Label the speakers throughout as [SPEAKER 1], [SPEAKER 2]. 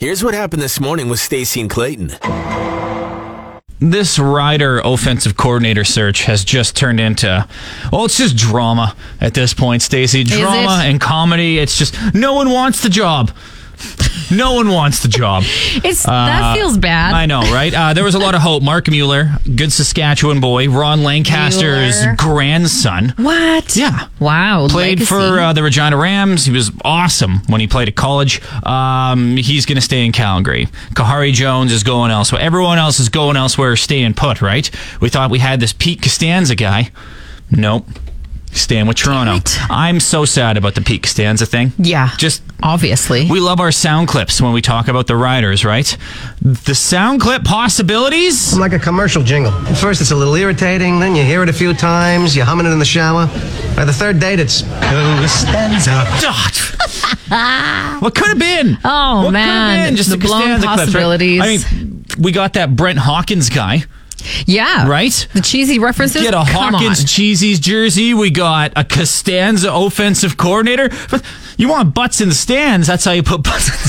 [SPEAKER 1] Here's what happened this morning with Stacey and Clayton.
[SPEAKER 2] this rider offensive coordinator search has just turned into well it's just drama at this point stacy drama
[SPEAKER 3] it?
[SPEAKER 2] and comedy it's just no one wants the job no one wants the job
[SPEAKER 3] It's that feels bad.
[SPEAKER 2] Uh, I know, right? Uh, there was a lot of hope. Mark Mueller, good Saskatchewan boy, Ron Lancaster's
[SPEAKER 3] Mueller.
[SPEAKER 2] grandson.
[SPEAKER 3] What?
[SPEAKER 2] Yeah.
[SPEAKER 3] Wow.
[SPEAKER 2] Played
[SPEAKER 3] legacy.
[SPEAKER 2] for uh, the Regina Rams. He was awesome when he played at college. Um, he's going to stay in Calgary. Kahari Jones is going elsewhere. Everyone else is going elsewhere, staying put, right? We thought we had this Pete Costanza guy. Nope. Staying with Toronto.
[SPEAKER 3] it.
[SPEAKER 2] I'm so sad about the Pete Costanza thing.
[SPEAKER 3] yeah.
[SPEAKER 2] Just
[SPEAKER 3] obviously.
[SPEAKER 2] we love our sound clips when we talk about the riders, right? The sound clip possibilities?
[SPEAKER 4] like a commercial jingle. At first, it's a little irritating, then you hear it a few times, you hum it in the shower. By the third date, it's Costanza.
[SPEAKER 2] God. what could have been?
[SPEAKER 3] Oh,
[SPEAKER 2] what
[SPEAKER 3] man.
[SPEAKER 2] could have been? Just
[SPEAKER 3] The
[SPEAKER 2] the
[SPEAKER 3] blown
[SPEAKER 2] Costanza clips, right?
[SPEAKER 3] possibilities.
[SPEAKER 2] I mean, we got that Brent Hawkins guy.
[SPEAKER 3] yeah.
[SPEAKER 2] Right?
[SPEAKER 3] The cheesy references.
[SPEAKER 2] Get a
[SPEAKER 3] Come
[SPEAKER 2] Hawkins
[SPEAKER 3] on.
[SPEAKER 2] Cheesies jersey. We got a Costanza offensive coordinator. But you want butts in the stands? That's how you put butts in the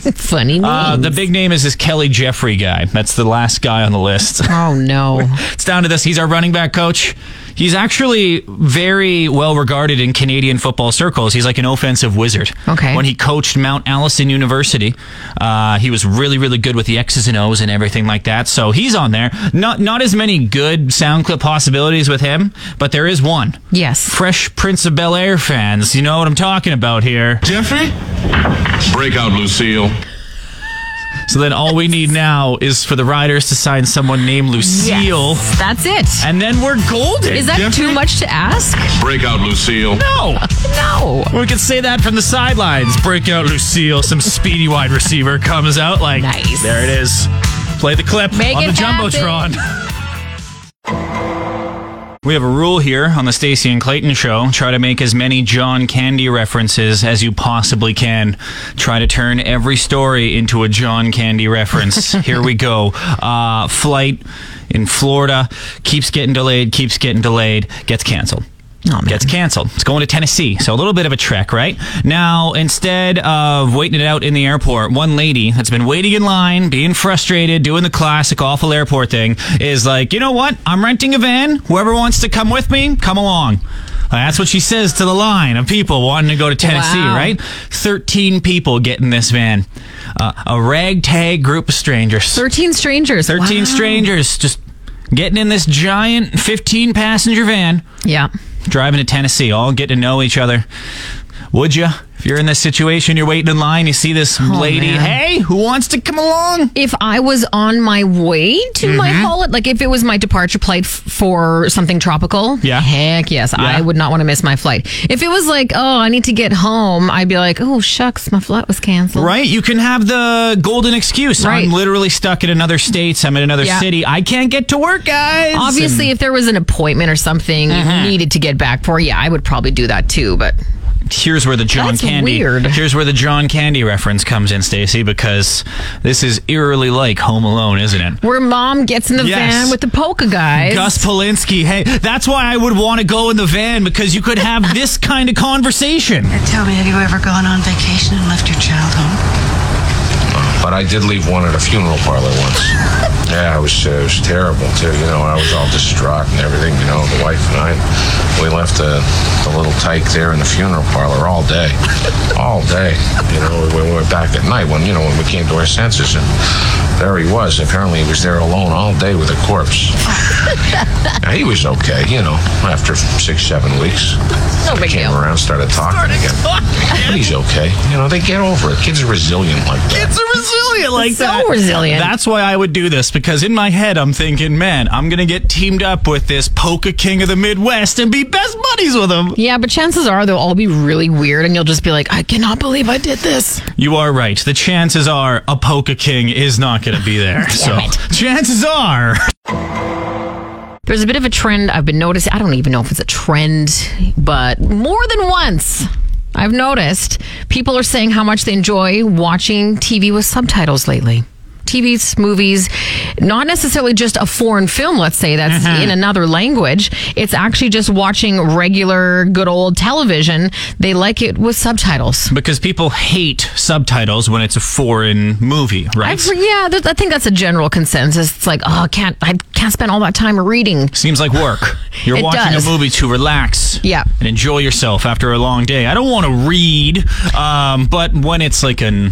[SPEAKER 2] stands.
[SPEAKER 3] Funny name.
[SPEAKER 2] Uh, the big name is this Kelly Jeffrey guy. That's the last guy on the list.
[SPEAKER 3] oh no.
[SPEAKER 2] It's down to this. He's our running back coach. He's actually very well regarded in Canadian football circles. He's like an offensive wizard.
[SPEAKER 3] Okay.
[SPEAKER 2] When he coached Mount Allison University, uh, he was really, really good with the X's and O's and everything like that. So he's on there. Not not as many good sound clip possibilities with him, but there is one.
[SPEAKER 3] Yes.
[SPEAKER 2] Fresh Prince of Bel Air fans, you know what I'm talking about here.
[SPEAKER 5] Jeffrey? Break out, Lucille.
[SPEAKER 2] So then all we need now is for the Riders to sign someone named Lucille,
[SPEAKER 3] Yes. That's it.
[SPEAKER 2] and then we're golden.
[SPEAKER 3] Is that too much to ask?
[SPEAKER 5] Break out, Lucille.
[SPEAKER 2] no?
[SPEAKER 3] No.
[SPEAKER 2] We could say that from the sidelines. Break out Lucille, some speedy wide receiver comes out like
[SPEAKER 3] Nice.
[SPEAKER 2] There it is. Play the clip
[SPEAKER 3] Make
[SPEAKER 2] on
[SPEAKER 3] it
[SPEAKER 2] the
[SPEAKER 3] happen.
[SPEAKER 2] jumbotron. We have a rule here on the Stacy and Clayton show. Try to make as many John Candy references as you possibly can. Try to turn every story into a John Candy reference. here we go. Uh, flight in Florida keeps getting delayed, keeps getting delayed, gets canceled
[SPEAKER 3] Oh,
[SPEAKER 2] gets canceled. It's going to Tennessee, so a little bit of a trek, right? Now, instead of waiting it out in the airport, one lady that's been waiting in line, being frustrated, doing the classic awful airport thing, is like, you know what? I'm renting a van. Whoever wants to come with me, come along. That's what she says to the line of people wanting to go to Tennessee,
[SPEAKER 3] Wow.
[SPEAKER 2] right? 13 people get in this van. Uh, a ragtag group of strangers.
[SPEAKER 3] Thirteen strangers.
[SPEAKER 2] 13
[SPEAKER 3] Wow.
[SPEAKER 2] strangers just getting in this giant 15 passenger van
[SPEAKER 3] Yeah.
[SPEAKER 2] driving to Tennessee, all get to know each other. Would you? If you're in this situation, you're waiting in line, you see this lady,
[SPEAKER 3] Oh, man.
[SPEAKER 2] hey, who wants to come along?
[SPEAKER 3] If I was on my way to my
[SPEAKER 2] Mm-hmm.
[SPEAKER 3] holiday, like if it was my departure flight f- for something tropical,
[SPEAKER 2] Yeah.
[SPEAKER 3] heck yes, I would not want to miss my flight. If it was like, oh, I need to get home, I'd be like, oh shucks, my flight was canceled.
[SPEAKER 2] Right? You can have the golden excuse.
[SPEAKER 3] Right.
[SPEAKER 2] I'm literally stuck in another state. I'm in another
[SPEAKER 3] Yeah.
[SPEAKER 2] city. I can't get to work, guys.
[SPEAKER 3] Obviously, if there was an appointment or something
[SPEAKER 2] Mm-hmm.
[SPEAKER 3] you needed to get back for, yeah, I would probably do that too. But
[SPEAKER 2] here's where the John
[SPEAKER 3] That's
[SPEAKER 2] Candy
[SPEAKER 3] weird.
[SPEAKER 2] here's where the John Candy reference comes in, Stacy, because this is eerily like Home Alone, isn't it?
[SPEAKER 3] where mom gets in the
[SPEAKER 2] Yes.
[SPEAKER 3] van with the polka guys,
[SPEAKER 2] Gus Polinski, hey, that's why I would want to go in the van because you could have this kind of conversation.
[SPEAKER 6] Tell me, have you ever gone on vacation and left your child home?
[SPEAKER 7] But I did leave one at a funeral parlor once. Yeah, it was, uh, it was terrible too. You know, I was all distraught and everything. You know, the wife and I, we left the, the little tyke there in the funeral parlor all day, all day. You know, when we were back at night, when you know when we came to our senses, and there he was. Apparently, he was there alone all day with a corpse. Now, he was okay, you know, after six, seven weeks.
[SPEAKER 3] No big
[SPEAKER 7] came
[SPEAKER 3] deal.
[SPEAKER 7] around, started talking again. But he's okay. You know, they get over it. Kids are resilient like that.
[SPEAKER 2] It's a resilient like
[SPEAKER 3] So
[SPEAKER 2] that.
[SPEAKER 3] resilient.
[SPEAKER 2] That's why I would do this because in my head I'm thinking, man, I'm gonna get teamed up with this polka king of the Midwest and be best buddies with him.
[SPEAKER 3] yeah, but chances are they'll all be really weird, and you'll just be like, I cannot believe I did this.
[SPEAKER 2] You are right. The chances are a polka king is not gonna be there. so
[SPEAKER 3] it.
[SPEAKER 2] chances are.
[SPEAKER 3] There's a bit of a trend I've been noticing. I don't even know if it's a trend, but more than once I've noticed people are saying how much they enjoy watching TV with subtitles lately. TVs, movies, not necessarily just a foreign film, let's say, that's in another language. It's actually just watching regular, good old television. They like it with subtitles.
[SPEAKER 2] Because people hate subtitles when it's a foreign movie, right?
[SPEAKER 3] I've, yeah, th- I think that's a general consensus. It's like, oh, I can't, I can't spend all that time reading.
[SPEAKER 2] Seems like work. You're
[SPEAKER 3] It
[SPEAKER 2] watching
[SPEAKER 3] does.
[SPEAKER 2] a movie to relax
[SPEAKER 3] Yeah.
[SPEAKER 2] and enjoy yourself after a long day. I don't want to read, um, but when it's like an,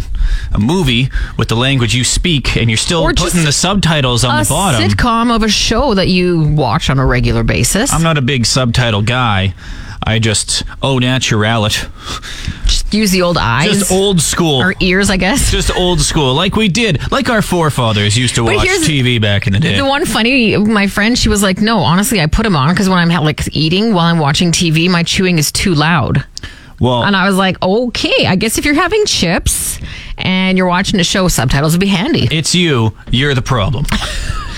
[SPEAKER 2] a movie with the language you speak and you're still
[SPEAKER 3] Or just
[SPEAKER 2] putting the subtitles on
[SPEAKER 3] a
[SPEAKER 2] the bottom,
[SPEAKER 3] sitcom of a show that you watch on a regular basis.
[SPEAKER 2] I'm not a big subtitle guy. I just, oh, natural it.
[SPEAKER 3] Just use the old eyes
[SPEAKER 2] Just old school.
[SPEAKER 3] or ears, I guess.
[SPEAKER 2] just old school, like we did, like our forefathers used to
[SPEAKER 3] But
[SPEAKER 2] watch
[SPEAKER 3] here's-
[SPEAKER 2] TV back in the day.
[SPEAKER 3] The one funny, my friend, she was like, "No, honestly, I put them on because when I'm like eating while I'm watching TV, my chewing is too loud."
[SPEAKER 2] well,
[SPEAKER 3] And I was like, "Okay, I guess if you're having chips and you're watching a show, subtitles would be handy."
[SPEAKER 2] it's you. You're the problem.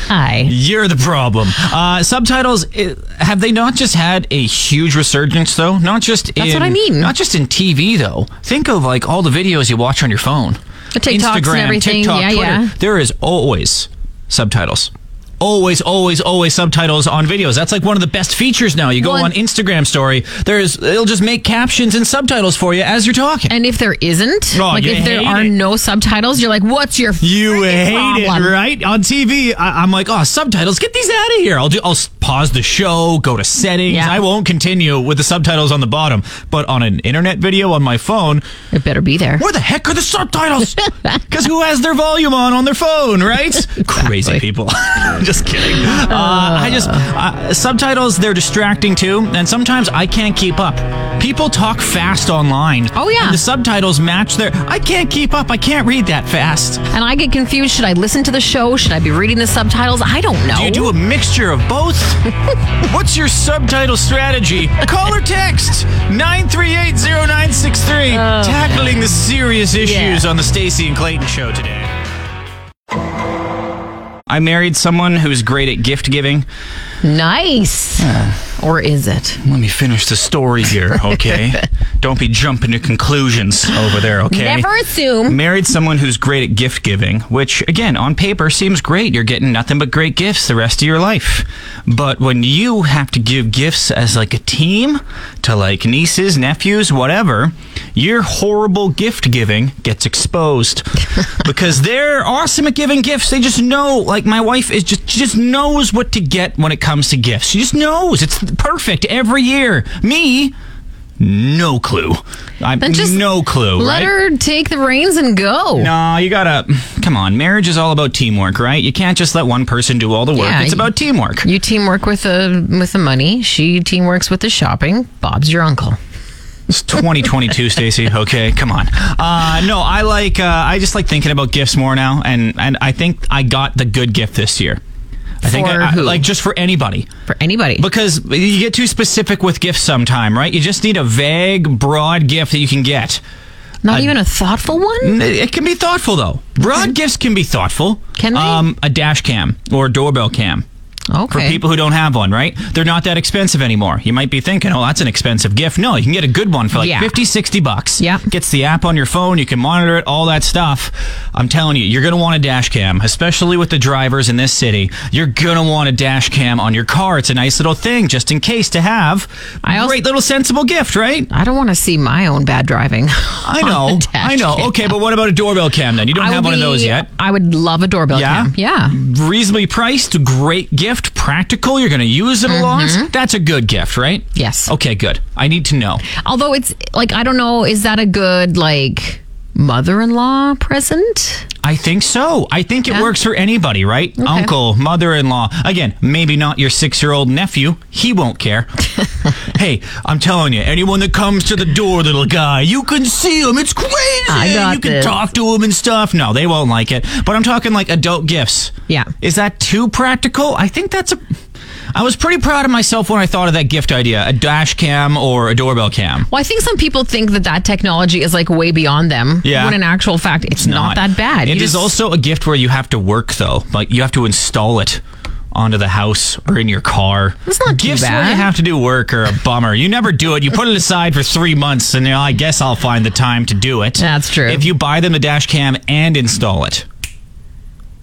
[SPEAKER 3] Hi.
[SPEAKER 2] You're the problem. Uh, subtitles i have they not just had a huge resurgence though? Not just
[SPEAKER 3] That's
[SPEAKER 2] in,
[SPEAKER 3] what I mean.
[SPEAKER 2] Not just in TV though. Think of like all the videos you watch on your phone,
[SPEAKER 3] The TikToks and
[SPEAKER 2] Instagram,
[SPEAKER 3] everything.
[SPEAKER 2] TikTok,
[SPEAKER 3] Yeah,
[SPEAKER 2] Twitter.
[SPEAKER 3] yeah.
[SPEAKER 2] There is always subtitles. Always, always, always subtitles on videos. That's like one of the best features now. You go
[SPEAKER 3] Well,
[SPEAKER 2] on
[SPEAKER 3] and-
[SPEAKER 2] Instagram story. There's it'll just make captions and subtitles for you as you're talking.
[SPEAKER 3] And if there isn't,
[SPEAKER 2] Oh,
[SPEAKER 3] like
[SPEAKER 2] you
[SPEAKER 3] if there
[SPEAKER 2] hate
[SPEAKER 3] are
[SPEAKER 2] it.
[SPEAKER 3] no subtitles, you're like, "What's your
[SPEAKER 2] You
[SPEAKER 3] freaking
[SPEAKER 2] hate
[SPEAKER 3] problem?
[SPEAKER 2] it, right? On TV, I- I'm like, oh, subtitles, get these out of here. I'll do. I'll s- pause the show, go to settings.
[SPEAKER 3] Yeah.
[SPEAKER 2] I won't continue with the subtitles on the bottom. But on an internet video on my phone,
[SPEAKER 3] It better be there."
[SPEAKER 2] where the heck are the subtitles? Because who has their volume on on their phone, right? Crazy people. just kidding. Uh, I just uh, subtitles. They're distracting too, and sometimes I can't keep up. People talk fast online.
[SPEAKER 3] Oh, yeah.
[SPEAKER 2] and the subtitles match their. I can't keep up. I can't read that fast.
[SPEAKER 3] And I get confused. Should I listen to the show? Should I be reading the subtitles? I don't know.
[SPEAKER 2] Do you do a mixture of both? What's your subtitle strategy? Call or text 9380963. Tackling the serious issues on the Stacy and Clayton show today. I married someone who's great at gift giving.
[SPEAKER 3] nice. Or is it?
[SPEAKER 2] Let me finish the story here, okay? Don't be jumping to conclusions over there, okay?
[SPEAKER 3] Never assume.
[SPEAKER 2] Married someone who's great at gift giving, which, again, on paper seems great. You're getting nothing but great gifts the rest of your life. But when you have to give gifts as like a team to like nieces, nephews, whatever, your horrible gift giving gets exposed because they're awesome at giving gifts. They just know, like my wife is just she just knows what to get when it comes to gifts. She just knows it's perfect every year. Me. No clue. I'm
[SPEAKER 3] Then just
[SPEAKER 2] no clue.
[SPEAKER 3] Let
[SPEAKER 2] right?
[SPEAKER 3] her take the reins and go.
[SPEAKER 2] No, you gotta. Come on, marriage is all about teamwork, right? You can't just let one person do all the work.
[SPEAKER 3] Yeah,
[SPEAKER 2] it's
[SPEAKER 3] you-
[SPEAKER 2] about teamwork.
[SPEAKER 3] You teamwork with the with the money. She teamworks with the shopping. Bob's your uncle.
[SPEAKER 2] It's 2022, Stacy. Okay, come on. Uh, no, I like. Uh, I just like thinking about gifts more now, and and I think I got the good gift this year. I think
[SPEAKER 3] For
[SPEAKER 2] I, I-
[SPEAKER 3] who?
[SPEAKER 2] like just for anybody.
[SPEAKER 3] For anybody.
[SPEAKER 2] Because you get too specific with gifts sometime, right? You just need a vague, broad gift that you can get.
[SPEAKER 3] Not
[SPEAKER 2] I- Mm,
[SPEAKER 3] even a thoughtful one?
[SPEAKER 2] It it can be thoughtful though. Broad gifts can be thoughtful.
[SPEAKER 3] Can they?
[SPEAKER 2] Um, a dash cam or a doorbell cam.
[SPEAKER 3] Okay.
[SPEAKER 2] for people who don't have one, right? They're not that expensive anymore. You might be thinking, oh, that's an expensive gift. No, you can get a good one for like
[SPEAKER 3] Yeah.
[SPEAKER 2] fifty, sixty 50, 60 bucks.
[SPEAKER 3] Yeah.
[SPEAKER 2] Gets the app on your phone. You can monitor it, all that stuff. I'm telling you, you're going to want a dash cam, especially with the drivers in this city. You're going to want a dash cam on your car. It's a nice little thing just in case to have.
[SPEAKER 3] I also-
[SPEAKER 2] Great little sensible gift, right?
[SPEAKER 3] I don't want to see my own bad driving.
[SPEAKER 2] I know. I know. Okay, but what about a doorbell cam then? You don't have one of those yet.
[SPEAKER 3] I would love a doorbell
[SPEAKER 2] Yeah?
[SPEAKER 3] cam. Yeah.
[SPEAKER 2] reasonably priced, great gift, practical. You're going to use it a lot. That's a good gift, right?
[SPEAKER 3] Mm-hmm. Yes.
[SPEAKER 2] Okay, good. I need to know.
[SPEAKER 3] Although it's like I don't know, is that a good like mother-in-law present?
[SPEAKER 2] I think so. I think it
[SPEAKER 3] Yeah.
[SPEAKER 2] works for anybody, right? Uncle, mother in law. Again, maybe not your six year old nephew. He won't care. hey, I'm telling you, anyone that comes to the door, little guy, you can see him. It's crazy.
[SPEAKER 3] I got
[SPEAKER 2] you can
[SPEAKER 3] this.
[SPEAKER 2] talk to him and stuff. No, they won't like it. But I'm talking like adult gifts.
[SPEAKER 3] Yeah.
[SPEAKER 2] Is that too practical? I think that's a. I was pretty proud of myself when I thought of that gift idea a dash cam or a doorbell cam.
[SPEAKER 3] Well, I think some people think that that technology is like way beyond them.
[SPEAKER 2] Yeah.
[SPEAKER 3] When in actual fact, it's, not, that bad.
[SPEAKER 2] It
[SPEAKER 3] You
[SPEAKER 2] is
[SPEAKER 3] just-
[SPEAKER 2] also a gift where you have to work though. Like you have to install it onto the house or in your car.
[SPEAKER 3] That's not too
[SPEAKER 2] Gifts where
[SPEAKER 3] bad.
[SPEAKER 2] you have to do work or a bummer. You never do it. You put it aside for three months, and you know, I guess I'll find the time to do it.
[SPEAKER 3] That's true.
[SPEAKER 2] If you buy them a dash cam and install it.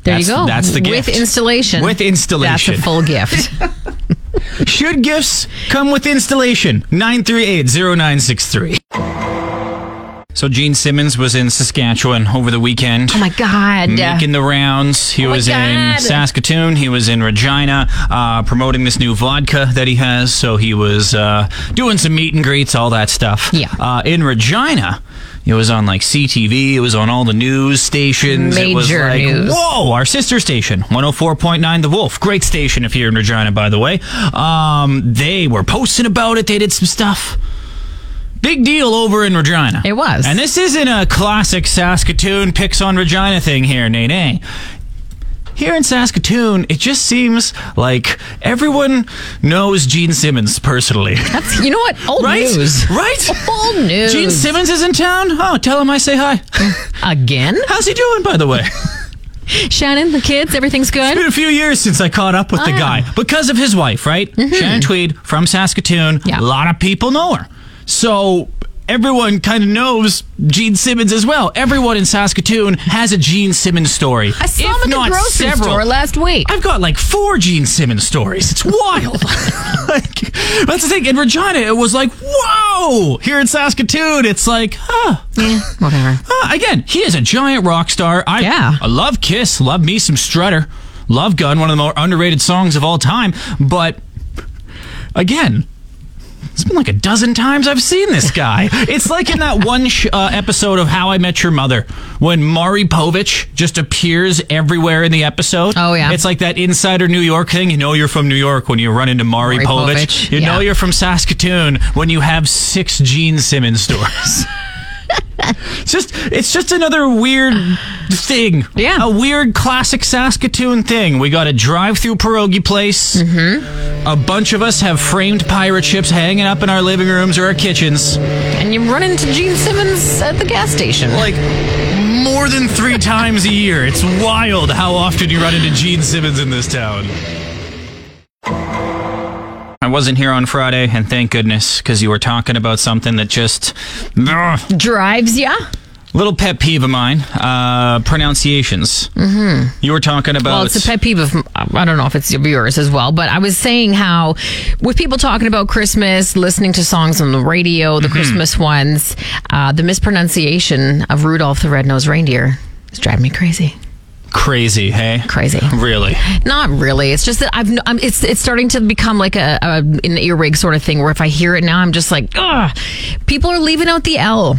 [SPEAKER 3] There
[SPEAKER 2] That's-
[SPEAKER 3] you go.
[SPEAKER 2] that's the gift.
[SPEAKER 3] With installation.
[SPEAKER 2] With installation.
[SPEAKER 3] That's a full gift. Oh
[SPEAKER 2] Should gifts come with installation? 9380963. So Gene Simmons was in Saskatchewan over the weekend.
[SPEAKER 3] oh my God.
[SPEAKER 2] Making the rounds. He
[SPEAKER 3] Oh my
[SPEAKER 2] was in
[SPEAKER 3] God.
[SPEAKER 2] Saskatoon. He was in Regina uh, promoting this new vodka that he has. So he was uh, doing some meet and greets, all that stuff.
[SPEAKER 3] Yeah.
[SPEAKER 2] Uh, in Regina, it was on like CTV. It was on all the news stations. it was
[SPEAKER 3] Major
[SPEAKER 2] like,
[SPEAKER 3] news.
[SPEAKER 2] whoa, our sister station, 104.9 The Wolf. Great station if you're in Regina, by the way. Um, they were posting about it. They did some stuff. Big deal over in Regina.
[SPEAKER 3] It was.
[SPEAKER 2] And this isn't a classic Saskatoon picks on Regina thing here, nay nay. Here in Saskatoon, it just seems like everyone knows Gene Simmons personally.
[SPEAKER 3] That's, you know what? Old
[SPEAKER 2] right?
[SPEAKER 3] news.
[SPEAKER 2] Right?
[SPEAKER 3] Old news.
[SPEAKER 2] Gene Simmons is in town? Oh, tell him I say hi.
[SPEAKER 3] Again?
[SPEAKER 2] How's he doing, by the way?
[SPEAKER 3] Shannon, the kids, everything's
[SPEAKER 2] It's
[SPEAKER 3] good?
[SPEAKER 2] been a few years since I caught up with the
[SPEAKER 3] Oh,
[SPEAKER 2] guy
[SPEAKER 3] yeah.
[SPEAKER 2] because of his wife, right? Shannon Tweed from Saskatoon.
[SPEAKER 3] Mm-hmm. Yeah.
[SPEAKER 2] A lot of people know her. So everyone kind of knows Gene Simmons as well. Everyone in Saskatoon has a Gene Simmons story.
[SPEAKER 3] I saw
[SPEAKER 2] if
[SPEAKER 3] him at
[SPEAKER 2] not
[SPEAKER 3] the grocery
[SPEAKER 2] several.
[SPEAKER 3] store last week.
[SPEAKER 2] I've got like four Gene Simmons stories. It's wild. like, that's the thing. In Regina, it was like, whoa. Here in Saskatoon, it's like, huh.
[SPEAKER 3] yeah, whatever.
[SPEAKER 2] Uh, again, he is a giant rock star. I,
[SPEAKER 3] Yeah.
[SPEAKER 2] I love Kiss. Love me some Strutter. Love Gun, one of the more underrated songs of all time. But again, it's been like a dozen times I've seen this guy. it's like in that one sh- uh, episode of How I Met Your Mother when Mari Povich just appears everywhere in the episode.
[SPEAKER 3] Oh, yeah.
[SPEAKER 2] It's like that insider New York thing. You know you're from New York when you run into Mari,
[SPEAKER 3] Maury
[SPEAKER 2] Povich.
[SPEAKER 3] Povich,
[SPEAKER 2] You know
[SPEAKER 3] yeah.
[SPEAKER 2] you're from Saskatoon when you have six Gene Simmons stores. It's just it's just another weird thing.
[SPEAKER 3] Yeah.
[SPEAKER 2] A weird classic Saskatoon thing. We got a drive through pierogi place. Mm-hmm. A bunch of us have framed pirate ships hanging up in our living rooms or our kitchens.
[SPEAKER 3] And you run into Gene Simmons at the gas station.
[SPEAKER 2] Like more than three times a year. It's wild how often you run into Gene Simmons in this town. I wasn't here on Friday, and thank goodness, because you were talking about something that just. Ugh.
[SPEAKER 3] Drives ya?
[SPEAKER 2] Little pet peeve of mine, uh, pronunciations. Mm-hmm. You were talking about.
[SPEAKER 3] Well, it's a pet peeve of I don't know if it's yours as well, but I was saying how with people talking about Christmas, listening to songs on the radio, the Christmas ones, uh, the mispronunciation of Rudolph the Red-Nosed Reindeer is driving me crazy.
[SPEAKER 2] Crazy, hey?
[SPEAKER 3] Crazy.
[SPEAKER 2] Really?
[SPEAKER 3] Not really. It's just that I've i it's it's starting to become like a, a an earwig sort of thing where if I hear it now, I'm just like, ugh. People are leaving out the L.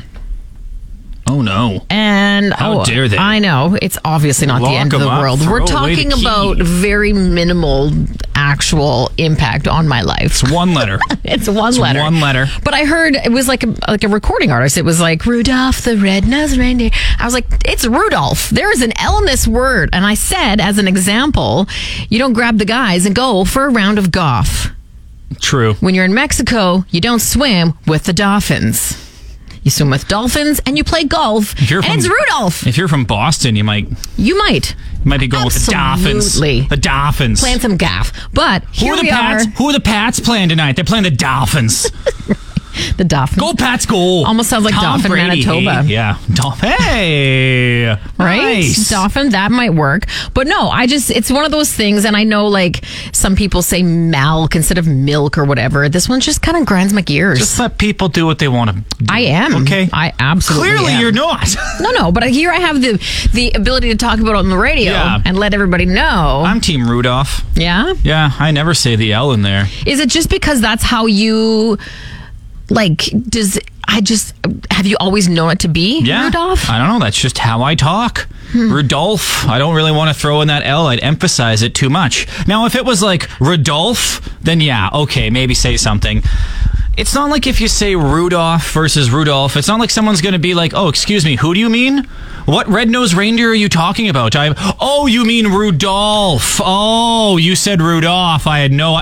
[SPEAKER 2] Oh, no.
[SPEAKER 3] And
[SPEAKER 2] How
[SPEAKER 3] oh,
[SPEAKER 2] dare they.
[SPEAKER 3] I know it's obviously not
[SPEAKER 2] Lock
[SPEAKER 3] the end of
[SPEAKER 2] 'em
[SPEAKER 3] the
[SPEAKER 2] up,
[SPEAKER 3] world. We're
[SPEAKER 2] throw away the
[SPEAKER 3] talking
[SPEAKER 2] key.
[SPEAKER 3] about very minimal actual impact on my life.
[SPEAKER 2] It's one letter.
[SPEAKER 3] It's one letter.
[SPEAKER 2] one letter.
[SPEAKER 3] But I heard it was like a, like a recording artist. It was like Rudolph the Red-Nosed Reindeer. I was like, it's Rudolph. There is an L in this word. And I said, as an example, you don't grab the guys and go for a round of golf.
[SPEAKER 2] True.
[SPEAKER 3] When you're in Mexico, you don't swim with the dolphins. You swim with dolphins and you play golf.
[SPEAKER 2] If you're
[SPEAKER 3] and it's
[SPEAKER 2] from-
[SPEAKER 3] Rudolph.
[SPEAKER 2] If you're from Boston, you might you
[SPEAKER 3] You might
[SPEAKER 2] might be going with the
[SPEAKER 3] Absolutely.
[SPEAKER 2] Dolphins. The Dolphins.
[SPEAKER 3] plan some gaff, but
[SPEAKER 2] Who
[SPEAKER 3] here
[SPEAKER 2] are the
[SPEAKER 3] we
[SPEAKER 2] Pats?
[SPEAKER 3] are.
[SPEAKER 2] Who are the Pats playing tonight? They're playing the Dolphins.
[SPEAKER 3] The dolphins.
[SPEAKER 2] Go Pats, go!
[SPEAKER 3] Almost sounds like
[SPEAKER 2] Tom
[SPEAKER 3] Dolphin,
[SPEAKER 2] Brady,
[SPEAKER 3] Manitoba.
[SPEAKER 2] hey, yeah, Dolphin. Hey,
[SPEAKER 3] right?
[SPEAKER 2] Nice.
[SPEAKER 3] Dolphin, that might work. But no, I just, it's one of those things. And I know like some people say milk instead of milk or whatever. This one just kind of grinds my gears.
[SPEAKER 2] Just let people do what they want to.
[SPEAKER 3] I am.
[SPEAKER 2] Okay.
[SPEAKER 3] I absolutely
[SPEAKER 2] Clearly,
[SPEAKER 3] am.
[SPEAKER 2] you're not.
[SPEAKER 3] No, no, but here I have the the ability to talk about it on the radio
[SPEAKER 2] Yeah.
[SPEAKER 3] and let everybody know.
[SPEAKER 2] I'm Team Rudolph.
[SPEAKER 3] yeah?
[SPEAKER 2] Yeah, I never say the L in there.
[SPEAKER 3] Is it just because that's how you like does I just have you always known it to be
[SPEAKER 2] Yeah.
[SPEAKER 3] Rudolph? Hmm.
[SPEAKER 2] I don't know. That's just how I talk. Rudolph. I don't really want to throw in that L. I'd emphasize it too much. Now, if it was like Rudolph, then yeah, okay, maybe say something. It's not like if you say Rudolph versus Rudolph, it's not like someone's going to be like, oh, excuse me, who do you mean? What red nosed reindeer are you talking about? I, oh, you mean Rudolph. Oh, you said Rudolph. I had no.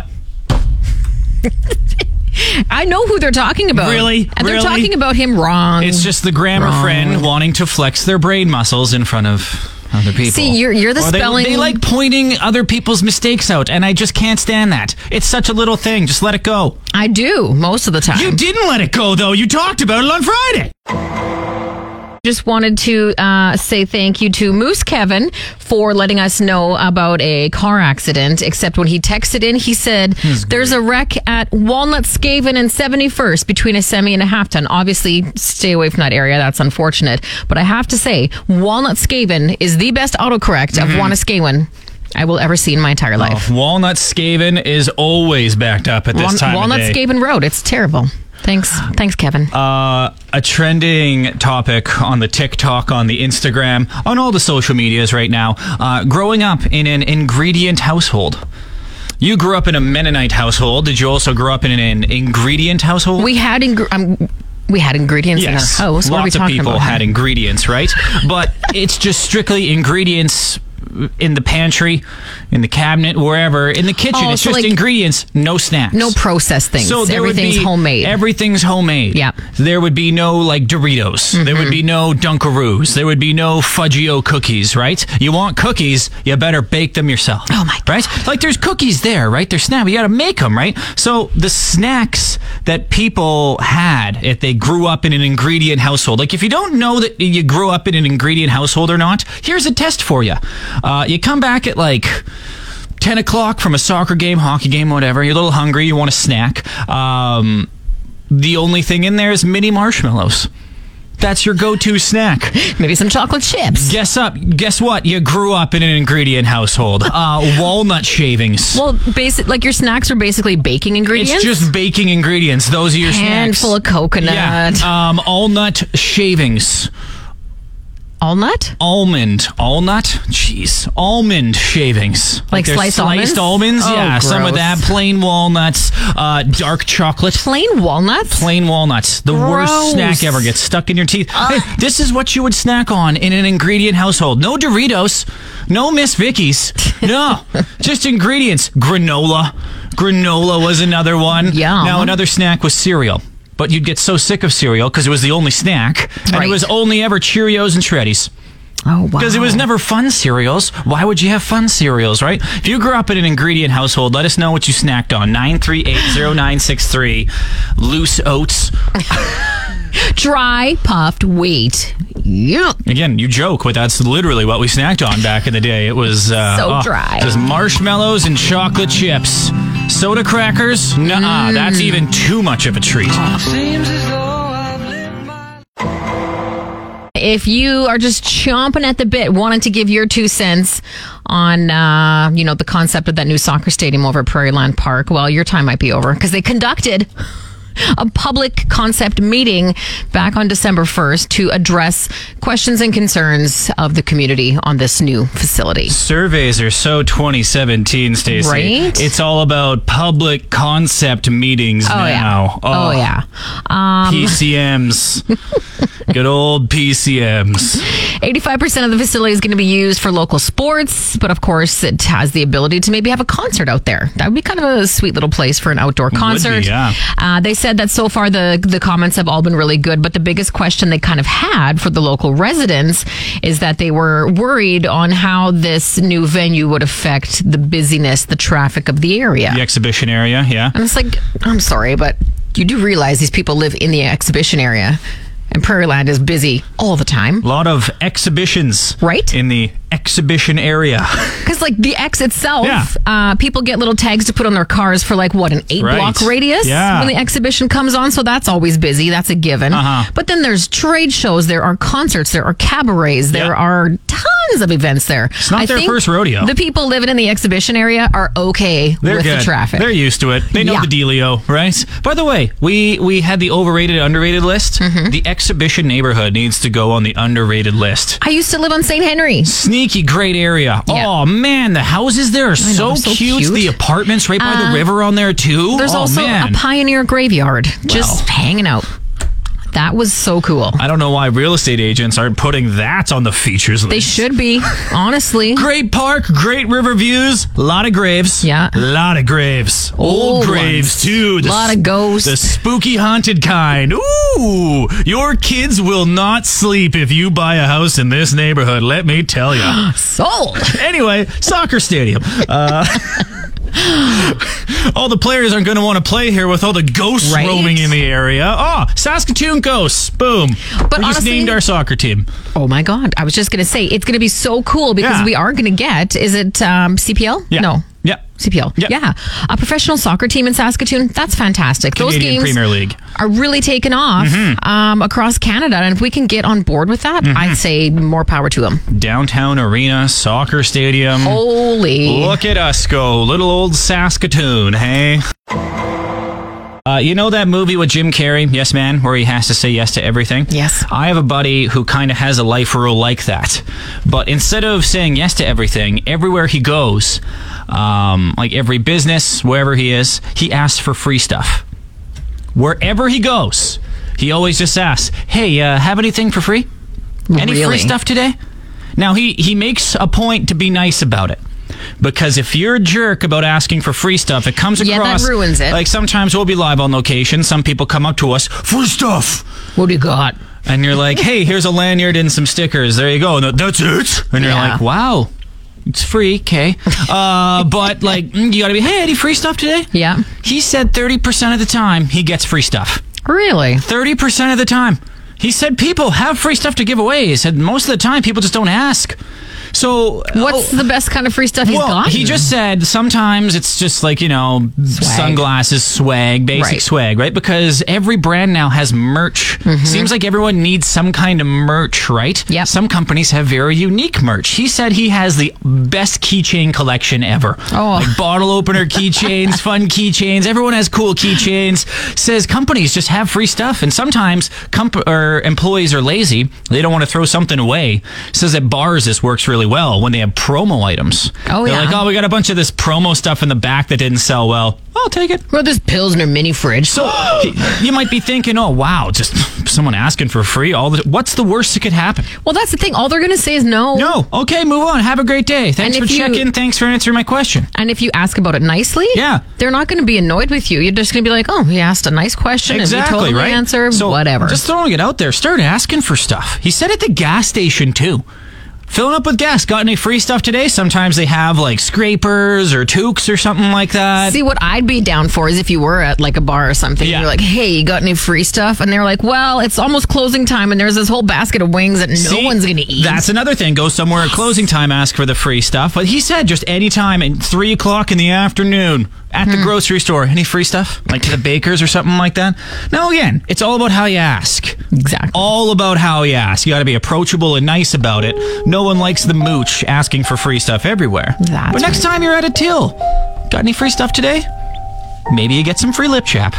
[SPEAKER 3] I know who they're talking about.
[SPEAKER 2] Really?
[SPEAKER 3] And
[SPEAKER 2] Really?
[SPEAKER 3] they're talking about him wrong.
[SPEAKER 2] It's just the grammar
[SPEAKER 3] Wrong.
[SPEAKER 2] friend wanting to flex their brain muscles in front of other people.
[SPEAKER 3] See, you're- you're the
[SPEAKER 2] Or they-
[SPEAKER 3] spelling-
[SPEAKER 2] They like pointing other people's mistakes out, and I just can't stand that. It's such a little thing. Just let it go.
[SPEAKER 3] I
[SPEAKER 2] Um,
[SPEAKER 3] do most of the time.
[SPEAKER 2] You didn't let it go, though. You talked about it on Friday.
[SPEAKER 3] just wanted to uh, say thank you to Moose Kevin for letting us know about a car accident. Except when he texted in, he said, There's a wreck at Walnut Scaven and 71st between a semi and a half ton. Obviously, stay away from that area. That's unfortunate. But I have to say, Walnut Scaven is the best autocorrect of
[SPEAKER 2] Mm-hmm.
[SPEAKER 3] Wanaskawan I will ever see in my entire life.
[SPEAKER 2] Uh, Walnut Scaven is always backed up at this
[SPEAKER 3] Walnut
[SPEAKER 2] time
[SPEAKER 3] Walnut
[SPEAKER 2] of day.
[SPEAKER 3] Scaven Road. It's terrible. Thanks, thanks, Kevin.
[SPEAKER 2] uh, a trending topic on the TikTok, on the Instagram, on all the social medias right now. Uh, growing up in an ingredient household. You grew up in a Mennonite household. Did you also grow up in an ingredient household?
[SPEAKER 3] we had ing- um, we had ingredients
[SPEAKER 2] yes.
[SPEAKER 3] in our house.
[SPEAKER 2] Lots
[SPEAKER 3] what are we
[SPEAKER 2] of
[SPEAKER 3] talking
[SPEAKER 2] people
[SPEAKER 3] about?
[SPEAKER 2] had ingredients, right? but it's just strictly ingredients in the pantry, in the cabinet, wherever, in the kitchen.
[SPEAKER 3] Oh,
[SPEAKER 2] it's
[SPEAKER 3] so
[SPEAKER 2] just
[SPEAKER 3] like-
[SPEAKER 2] ingredients, no snacks.
[SPEAKER 3] no processed things.
[SPEAKER 2] So there
[SPEAKER 3] everything's
[SPEAKER 2] would be,
[SPEAKER 3] homemade.
[SPEAKER 2] Everything's homemade.
[SPEAKER 3] Yep.
[SPEAKER 2] There would be no like Doritos. There
[SPEAKER 3] Mm-hmm.
[SPEAKER 2] would be no Dunkaroos. There would be no Fudgio cookies. Right? You want cookies? You better bake them yourself.
[SPEAKER 3] Oh, my God.
[SPEAKER 2] Right? Like there's cookies there. Right? They're snap. You got to make them. Right? So the snacks that people had if they grew up in an ingredient household. Like if you don't know that you grew up in an ingredient household or not, here's a test for you. Uh, you come back at like. 10 o'clock from a soccer game, hockey game, whatever. You're a little hungry, you want a snack. Um, the only thing in there is mini marshmallows. That's your go to snack.
[SPEAKER 3] Maybe some chocolate chips.
[SPEAKER 2] Guess up. Guess what? You grew up in an ingredient household. Uh, walnut shavings.
[SPEAKER 3] Well, basic like your snacks are basically baking ingredients.
[SPEAKER 2] it's just baking ingredients. Those are your snacks.
[SPEAKER 3] Handful of coconut.
[SPEAKER 2] Yeah. Um, all nut shavings.
[SPEAKER 3] all nut.
[SPEAKER 2] almond, all nut, jeez, almond shavings,
[SPEAKER 3] Like
[SPEAKER 2] they're
[SPEAKER 3] sliced
[SPEAKER 2] sliced
[SPEAKER 3] almonds?
[SPEAKER 2] almonds.
[SPEAKER 3] Oh,
[SPEAKER 2] yeah, some of
[SPEAKER 3] gross.
[SPEAKER 2] that plain walnuts, uh, dark chocolate.
[SPEAKER 3] Plain walnuts.
[SPEAKER 2] Plain walnuts, the
[SPEAKER 3] Gross. Ah.
[SPEAKER 2] worst snack ever. Gets stuck in your teeth. Hey, this is what you would snack on in an ingredient household. No Doritos, no Miss Vicky's, no, just ingredients. Granola, granola was another one.
[SPEAKER 3] Yum.
[SPEAKER 2] Now another snack was cereal, but you'd get so sick of cereal because it was the only snack, and
[SPEAKER 3] Right.
[SPEAKER 2] it was only ever Cheerios and Shreddies.
[SPEAKER 3] oh wow.
[SPEAKER 2] Because it was never fun cereals. Why would you have fun cereals, right? If you grew up in an ingredient household, let us know what you snacked on. 9380963. Loose oats.
[SPEAKER 3] dry puffed wheat. Yeah.
[SPEAKER 2] Again, you joke, but that's literally what we snacked on back in the day. It was uh,
[SPEAKER 3] So dry.
[SPEAKER 2] Just marshmallows and chocolate chips. Soda crackers?
[SPEAKER 3] Mm.
[SPEAKER 2] Nuh-uh. That's even too much of a treat.
[SPEAKER 3] If you are just chomping at the bit, wanting to give your two cents on, uh, you know, the concept of that new soccer stadium over at Prairie Land Park, well, your time might be over because they conducted a public concept meeting back on December 1st to address questions and concerns of the community on this new facility.
[SPEAKER 2] Surveys are so 2017, Stacey.
[SPEAKER 3] Right?
[SPEAKER 2] It's all about public concept meetings
[SPEAKER 3] Oh, yeah.
[SPEAKER 2] now.
[SPEAKER 3] Oh, yeah. Um,
[SPEAKER 2] PCMs. Good old PCMs.
[SPEAKER 3] 85% of the facility is going to be used for local sports, but of course, it has the ability to maybe have a concert out there. That would be kind of a sweet little place for an outdoor concert.
[SPEAKER 2] yeah.
[SPEAKER 3] Uh, they said that so far the, the comments have all been really good, but the biggest question they kind of had for the local residents is that they were worried on how this new venue would affect the busyness, the traffic of the area.
[SPEAKER 2] The exhibition area, yeah.
[SPEAKER 3] And it's like, I'm sorry, but you do realize these people live in the exhibition area, and Prairie Land is busy all the time.
[SPEAKER 2] A lot of exhibitions.
[SPEAKER 3] Right?
[SPEAKER 2] In the exhibition area.
[SPEAKER 3] Because like the X itself,
[SPEAKER 2] Yeah.
[SPEAKER 3] uh, people get little tags to put on their cars for like what an eight
[SPEAKER 2] Right.
[SPEAKER 3] block radius
[SPEAKER 2] Yeah.
[SPEAKER 3] when the exhibition comes on. So that's always busy. That's a given.
[SPEAKER 2] Uh-huh.
[SPEAKER 3] But then there's trade shows. There are concerts. There are cabarets. There
[SPEAKER 2] Yeah.
[SPEAKER 3] are tons of events there. It's
[SPEAKER 2] not their first rodeo.
[SPEAKER 3] The people living in the exhibition area are okay
[SPEAKER 2] They're
[SPEAKER 3] with
[SPEAKER 2] good.
[SPEAKER 3] the traffic.
[SPEAKER 2] They're used to it. They know
[SPEAKER 3] Yeah.
[SPEAKER 2] the dealio, right? By the way, we we had the overrated underrated list.
[SPEAKER 3] Mm-hmm.
[SPEAKER 2] The exhibition neighborhood needs to go on the underrated list.
[SPEAKER 3] I used to live on St. Henry.
[SPEAKER 2] Sneaky great area.
[SPEAKER 3] Yeah.
[SPEAKER 2] Oh man, the houses there are so,
[SPEAKER 3] so
[SPEAKER 2] cute.
[SPEAKER 3] cute. Uh,
[SPEAKER 2] The apartments right by the river on there too.
[SPEAKER 3] There's
[SPEAKER 2] oh,
[SPEAKER 3] also
[SPEAKER 2] man.
[SPEAKER 3] a pioneer graveyard just hanging out. That was so cool.
[SPEAKER 2] I don't know why real estate agents aren't putting that on the features list.
[SPEAKER 3] They should be, honestly.
[SPEAKER 2] Great park, great river views, a lot of graves.
[SPEAKER 3] Yeah.
[SPEAKER 2] lot of graves. Old,
[SPEAKER 3] Old
[SPEAKER 2] graves,
[SPEAKER 3] ones.
[SPEAKER 2] too. The
[SPEAKER 3] Lot of
[SPEAKER 2] s-
[SPEAKER 3] ghosts.
[SPEAKER 2] The spooky haunted kind. Ooh, your kids will not sleep if you buy a house in this neighborhood, let me tell you.
[SPEAKER 3] Sold.
[SPEAKER 2] anyway, soccer stadium. Uh, all the players aren't going to want to play here with all the ghosts
[SPEAKER 3] Right?
[SPEAKER 2] roaming in the area. Oh, Saskatoon ghosts! Boom.
[SPEAKER 3] But
[SPEAKER 2] we just
[SPEAKER 3] honestly-
[SPEAKER 2] named our soccer team.
[SPEAKER 3] Oh my God. I was just going to say, it's going to be so cool because
[SPEAKER 2] Yeah.
[SPEAKER 3] we are going to get, is it um, CPL?
[SPEAKER 2] Yeah.
[SPEAKER 3] No.
[SPEAKER 2] Yeah.
[SPEAKER 3] CPL.
[SPEAKER 2] Yeah.
[SPEAKER 3] Yeah. A professional soccer team in Saskatoon. That's fantastic. Those
[SPEAKER 2] Canadian
[SPEAKER 3] games
[SPEAKER 2] Premier Mm-hmm. League.
[SPEAKER 3] are really taking off um, across Canada. And if we can get on board with that,
[SPEAKER 2] Mm-hmm.
[SPEAKER 3] I'd say more power to them.
[SPEAKER 2] Downtown arena, soccer stadium.
[SPEAKER 3] Holy.
[SPEAKER 2] Look at us go, little old Saskatoon, hey? Uh, you know that movie with Jim Carrey, Yes Man, where he has to say yes to everything?
[SPEAKER 3] Yes.
[SPEAKER 2] I have a buddy who kind of has a life rule like that. But instead of saying yes to everything, everywhere he goes, um, like every business, wherever he is, he asks for free stuff. Wherever he goes, he always just asks, hey, uh, have anything for free? Any
[SPEAKER 3] Really?
[SPEAKER 2] free stuff today? Now he he makes a point to be nice about it. Because if you're a jerk about asking for free stuff, it comes
[SPEAKER 3] Yeah, that
[SPEAKER 2] across
[SPEAKER 3] ruins it.
[SPEAKER 2] Like sometimes we'll be live on location. Some people come up to us, free stuff,
[SPEAKER 3] What do you got?
[SPEAKER 2] and you're like, "Hey, here's a lanyard and some stickers. There you go. And that's it." And you're
[SPEAKER 3] Yeah.
[SPEAKER 2] like, "Wow, it's free, okay." Uh, but like, mm, you got to be, "Hey, any free stuff today?"
[SPEAKER 3] Yeah.
[SPEAKER 2] He said thirty percent of the time he gets free stuff.
[SPEAKER 3] Really?
[SPEAKER 2] Thirty percent of the time. He said people have free stuff to give away. He said most of the time people just don't ask. So oh,
[SPEAKER 3] What's the best kind of free stuff he's
[SPEAKER 2] well,
[SPEAKER 3] got?
[SPEAKER 2] he just said sometimes it's just like you know sunglasses, swag, basic
[SPEAKER 3] Right.
[SPEAKER 2] swag, right? Because every brand now has merch. Seems like everyone needs some kind of merch, right? Yeah.
[SPEAKER 3] Mm-hmm. Yep.
[SPEAKER 2] Some companies have very unique merch. He said he has the best keychain collection ever.
[SPEAKER 3] Oh.
[SPEAKER 2] like bottle opener keychains, fun keychains. Everyone has cool keychains. Says companies just have free stuff, and sometimes comp- or employees are lazy. They don't want to throw something away. Says at bars this works really well when they have promo items.
[SPEAKER 3] Oh,
[SPEAKER 2] They're
[SPEAKER 3] yeah.
[SPEAKER 2] like, oh, we got a bunch of this promo stuff in the back that didn't sell well. I'll take it.
[SPEAKER 3] Well, this Pilsner mini fridge.
[SPEAKER 2] So he- you might be thinking, oh wow, just someone asking for free. All the, what's the worst that could happen?
[SPEAKER 3] Well, that's the thing. All they're going to say is no.
[SPEAKER 2] No. Okay, move on. Have a great day. Thanks
[SPEAKER 3] And
[SPEAKER 2] for
[SPEAKER 3] if you-
[SPEAKER 2] checking. Thanks for answering my question.
[SPEAKER 3] And if you ask about it nicely,
[SPEAKER 2] Yeah.
[SPEAKER 3] they're not going to be annoyed with you. You're just going to be like, oh, he asked a nice question and we told him the answer,
[SPEAKER 2] So,
[SPEAKER 3] whatever.
[SPEAKER 2] Just throwing it out there. Start asking for stuff. He said at the gas station too. Filling up with gas. Got any free stuff today? Sometimes they have like scrapers or toques or something like that.
[SPEAKER 3] See, what I'd be down for is if you were at like a bar or something,
[SPEAKER 2] Yeah.
[SPEAKER 3] you're like, hey, you got any free stuff? And they're like, well, it's almost closing time and there's this whole basket of wings that no
[SPEAKER 2] See,
[SPEAKER 3] one's going to eat.
[SPEAKER 2] That's another thing. Go somewhere at closing time, ask for the free stuff. But he said just any time at three o'clock in the afternoon at
[SPEAKER 3] Hmm.
[SPEAKER 2] the grocery store, any free stuff like to the bakers or something like that. Now again, it's all about how you ask.
[SPEAKER 3] Exactly.
[SPEAKER 2] All about how you ask. You got to be approachable and nice about it. No one likes the mooch asking for free stuff everywhere.
[SPEAKER 3] That's
[SPEAKER 2] but next time you're at a till, got any free stuff today? Maybe you get some free lip chap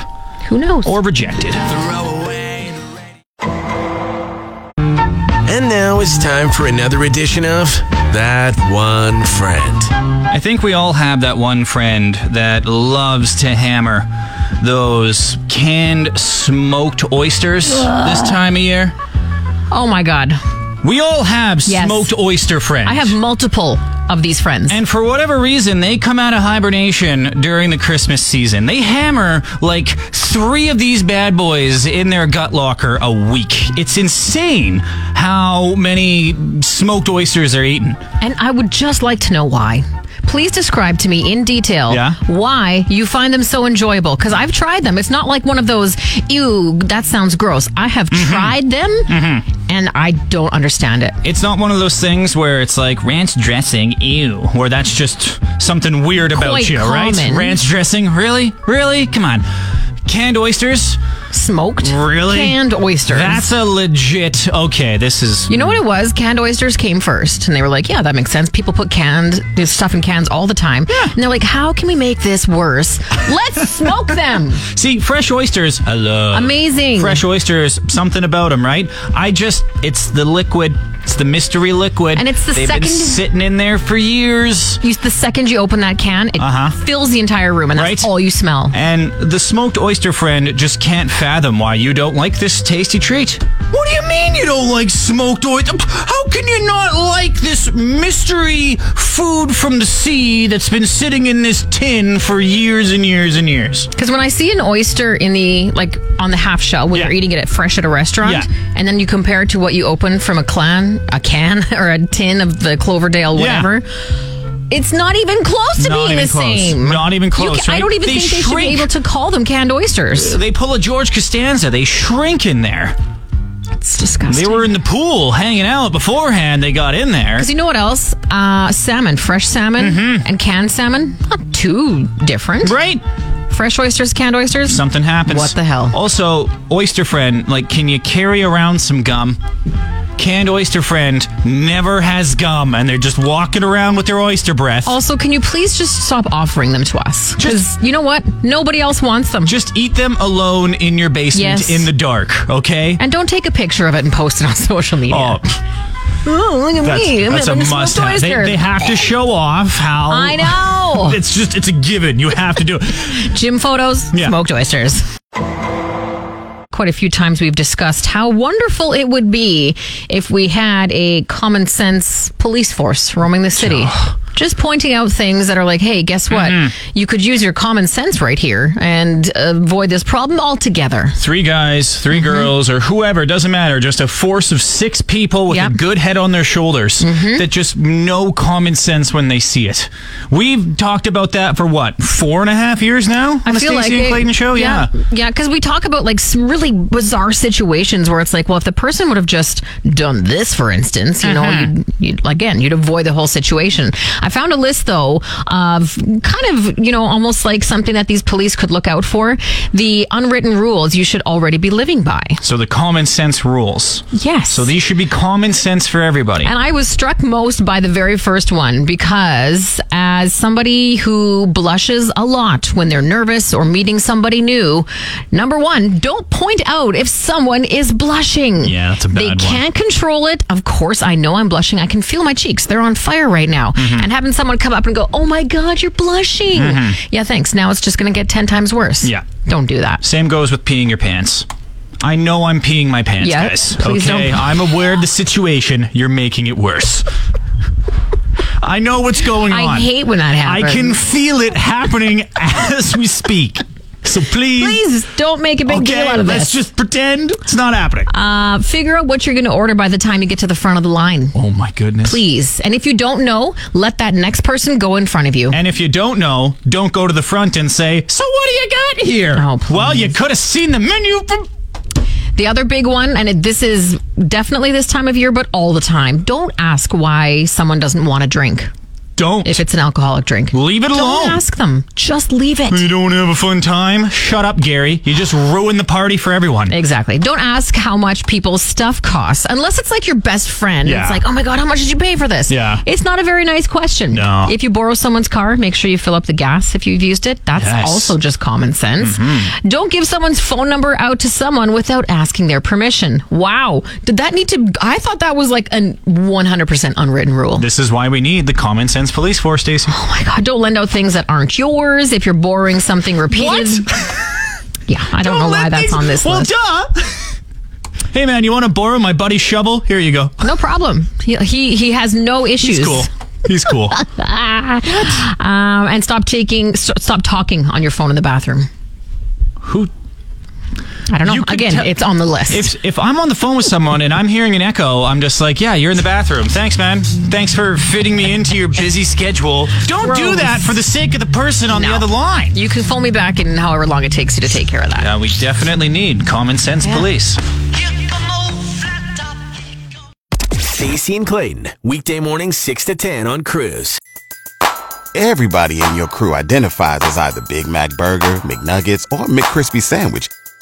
[SPEAKER 3] Who knows?
[SPEAKER 2] or rejected.
[SPEAKER 1] And now it's time for another edition of That One Friend.
[SPEAKER 2] I think we all have that one friend that loves to hammer those canned smoked oysters this time of year.
[SPEAKER 3] oh my God.
[SPEAKER 2] We all have
[SPEAKER 3] Yes.
[SPEAKER 2] smoked oyster friends.
[SPEAKER 3] I have multiple of these friends.
[SPEAKER 2] And for whatever reason, they come out of hibernation during the Christmas season. They hammer like three of these bad boys in their gut locker a week. It's insane how many smoked oysters are eaten.
[SPEAKER 3] And I would just like to know why. Please describe to me in detail
[SPEAKER 2] Yeah?
[SPEAKER 3] why you find them so enjoyable. Because I've tried them. It's not like one of those, ew, that sounds gross. I have
[SPEAKER 2] Mm-hmm.
[SPEAKER 3] tried them and I don't understand it.
[SPEAKER 2] It's not one of those things where it's like ranch dressing, ew, where that's just something weird about
[SPEAKER 3] Quite
[SPEAKER 2] you, right?
[SPEAKER 3] common.
[SPEAKER 2] Ranch dressing, really? Really? Come on. Canned oysters?
[SPEAKER 3] Smoked.
[SPEAKER 2] Really?
[SPEAKER 3] Canned oysters.
[SPEAKER 2] That's a legit. Okay, this is.
[SPEAKER 3] you know what it was? Canned oysters came first, and they were like, "Yeah, that makes sense." People put canned this stuff in cans all the time, yeah. and they're like, "How can we make this worse? Let's smoke them!"
[SPEAKER 2] See, fresh oysters. I love.
[SPEAKER 3] Amazing.
[SPEAKER 2] Fresh oysters, something about them, right? I just, it's the liquid. It's the mystery liquid.
[SPEAKER 3] And it's the
[SPEAKER 2] They've been
[SPEAKER 3] second-
[SPEAKER 2] sitting in there for years.
[SPEAKER 3] You, the second you open that can, it fills the entire room, and that's
[SPEAKER 2] Uh-huh. Right?
[SPEAKER 3] all you smell.
[SPEAKER 2] And the smoked oyster friend just can't fathom why you don't like this tasty treat. What do you mean you don't like smoked oyster? How can you not like this mystery food from the sea that's been sitting in this tin for years and years and years?
[SPEAKER 3] Because when I see an oyster in the like on the half shell when
[SPEAKER 2] Yeah.
[SPEAKER 3] you're eating it at fresh at a restaurant,
[SPEAKER 2] Yeah.
[SPEAKER 3] and then you compare it to what you open from a clan, a can or a tin of the Cloverdale,
[SPEAKER 2] Yeah.
[SPEAKER 3] whatever. It's not even close to
[SPEAKER 2] Not
[SPEAKER 3] being
[SPEAKER 2] even
[SPEAKER 3] the
[SPEAKER 2] close.
[SPEAKER 3] same.
[SPEAKER 2] Not even
[SPEAKER 3] You
[SPEAKER 2] close,
[SPEAKER 3] ca- I
[SPEAKER 2] right?
[SPEAKER 3] don't even
[SPEAKER 2] They
[SPEAKER 3] think they should be
[SPEAKER 2] shrink.
[SPEAKER 3] able to call them canned oysters.
[SPEAKER 2] They pull a George Costanza. They shrink in there.
[SPEAKER 3] It's disgusting.
[SPEAKER 2] They were in the pool hanging out beforehand. They got in there.
[SPEAKER 3] Because you know what else? Uh, salmon, fresh salmon, and canned salmon, not too different.
[SPEAKER 2] Mm-hmm. Right?
[SPEAKER 3] Fresh oysters, canned oysters.
[SPEAKER 2] Something happens.
[SPEAKER 3] What the hell?
[SPEAKER 2] Also, oyster friend, like, can you carry around some gum? Canned oyster friend never has gum, and they're just walking around with their oyster breath.
[SPEAKER 3] Also, can you please just stop offering them to us? Because
[SPEAKER 2] Just-
[SPEAKER 3] you know what? Nobody else wants them.
[SPEAKER 2] just eat them alone in your basement
[SPEAKER 3] Yes.
[SPEAKER 2] in the dark, okay?
[SPEAKER 3] and don't take a picture of it and post it on social media.
[SPEAKER 2] Oh,
[SPEAKER 3] Oh, look at
[SPEAKER 2] that's,
[SPEAKER 3] me. I'm
[SPEAKER 2] that's a
[SPEAKER 3] having smoked
[SPEAKER 2] must have. They,
[SPEAKER 3] oyster.
[SPEAKER 2] they have to show off how.
[SPEAKER 3] I know.
[SPEAKER 2] It's just, it's a given. You have to do it.
[SPEAKER 3] Gym photos,
[SPEAKER 2] Yeah.
[SPEAKER 3] smoked oysters. Quite a few times we've discussed how wonderful it would be if we had a common sense police force roaming the city. Just pointing out things that are like, hey, guess what?
[SPEAKER 2] Mm-hmm.
[SPEAKER 3] You could use your common sense right here and avoid this problem altogether.
[SPEAKER 2] three guys,
[SPEAKER 3] Mm-hmm.
[SPEAKER 2] 3 girls, or whoever, doesn't matter, just a force of six people with a
[SPEAKER 3] Yep. Mm-hmm.
[SPEAKER 2] good head on their shoulders that just know common sense when they see it. We've talked about that for what, four and a half years now on the Stacey and
[SPEAKER 3] it-
[SPEAKER 2] Clayton show? Yeah.
[SPEAKER 3] yeah, because we talk about like some really bizarre situations where it's like, well, if the person would have just done this, for instance, you
[SPEAKER 2] Uh-huh.
[SPEAKER 3] know, you'd, you'd, again, you'd avoid the whole situation. I found a list though of kind of you know almost like something that these police could look out for the unwritten rules you should already be living by.
[SPEAKER 2] So the common sense rules.
[SPEAKER 3] Yes.
[SPEAKER 2] So these should be common sense for everybody.
[SPEAKER 3] And I was struck most by the very first one because, as somebody who blushes a lot when they're nervous or meeting somebody new, number one, don't point out if someone is blushing.
[SPEAKER 2] Yeah, that's a bad
[SPEAKER 3] They
[SPEAKER 2] one.
[SPEAKER 3] can't control it. Of course, I know I'm blushing. I can feel my cheeks. They're on fire right now.
[SPEAKER 2] Mm-hmm.
[SPEAKER 3] And having someone come up and go, Oh my God, you're blushing. Yeah, thanks. Now it's just going to get 10 times worse.
[SPEAKER 2] Mm-hmm. Yeah.
[SPEAKER 3] Don't do that.
[SPEAKER 2] Same goes with peeing your pants. I know I'm peeing my pants,
[SPEAKER 3] Yeah,
[SPEAKER 2] guys.
[SPEAKER 3] please
[SPEAKER 2] okay,
[SPEAKER 3] don't.
[SPEAKER 2] I'm aware of the situation. You're making it worse. I know what's going on.
[SPEAKER 3] I hate when that
[SPEAKER 2] I
[SPEAKER 3] happens.
[SPEAKER 2] can feel it happening as we speak. So please,
[SPEAKER 3] Please don't make a big
[SPEAKER 2] okay,
[SPEAKER 3] deal out of this.
[SPEAKER 2] let's just pretend it's not happening.
[SPEAKER 3] Uh, figure out what you're going to order by the time you get to the front of the line.
[SPEAKER 2] oh my goodness!
[SPEAKER 3] Please. And if you don't know, let that next person go in front of you.
[SPEAKER 2] And if you don't know, don't go to the front and say, "So what do you got here?"
[SPEAKER 3] Oh, please.
[SPEAKER 2] well, you could have seen the menu. From-
[SPEAKER 3] The other big one, and it, this is definitely this time of year, but all the time, don't ask why someone doesn't want a drink
[SPEAKER 2] don't.
[SPEAKER 3] if it's an alcoholic drink.
[SPEAKER 2] Leave it alone.
[SPEAKER 3] Don't ask them. Just leave it.
[SPEAKER 2] you don't have a fun time. Shut up, Gary. You just ruin the party for everyone.
[SPEAKER 3] Exactly. Don't ask how much people's stuff costs unless it's like your best friend.
[SPEAKER 2] Yeah.
[SPEAKER 3] It's like, oh my God, how much did you pay for this?
[SPEAKER 2] Yeah.
[SPEAKER 3] It's not a very nice question.
[SPEAKER 2] No.
[SPEAKER 3] If you borrow someone's car, make sure you fill up the gas if you've used it. That's
[SPEAKER 2] Yes. Mm-hmm.
[SPEAKER 3] also just common sense. Don't give someone's phone number out to someone without asking their permission. Wow. Did that need to? I thought that was like a 100% unwritten rule.
[SPEAKER 2] This is why we need the common sense police force, Stacey.
[SPEAKER 3] Oh my God, don't lend out things that aren't yours. If you're borrowing something repeated. Yeah, I don't, know
[SPEAKER 2] let
[SPEAKER 3] why that's
[SPEAKER 2] things-
[SPEAKER 3] on this
[SPEAKER 2] well,
[SPEAKER 3] list.
[SPEAKER 2] duh. hey, man, you want to borrow my buddy's shovel? Here you go.
[SPEAKER 3] No problem. He, he he has no issues.
[SPEAKER 2] He's cool. He's cool.
[SPEAKER 3] Um, and stop taking, st- stop talking on your phone in the bathroom.
[SPEAKER 2] Who?
[SPEAKER 3] I don't know.
[SPEAKER 2] You could
[SPEAKER 3] Again,
[SPEAKER 2] tell-
[SPEAKER 3] it's on the list.
[SPEAKER 2] If if I'm on the phone with someone and I'm hearing an echo, I'm just like, yeah, you're in the bathroom. Thanks, man. Thanks for fitting me into your busy schedule. Don't do
[SPEAKER 3] Gross.
[SPEAKER 2] that for the sake of the person on the
[SPEAKER 3] No.
[SPEAKER 2] other line.
[SPEAKER 3] you can phone me back in however long it takes you to take care of that.
[SPEAKER 2] Yeah, we definitely need common sense police.
[SPEAKER 1] Stacey and Clayton, weekday morning 6 to 10 on Cruise.
[SPEAKER 8] Everybody in your crew identifies as either Big Mac Burger, McNuggets, or McCrispy Sandwich.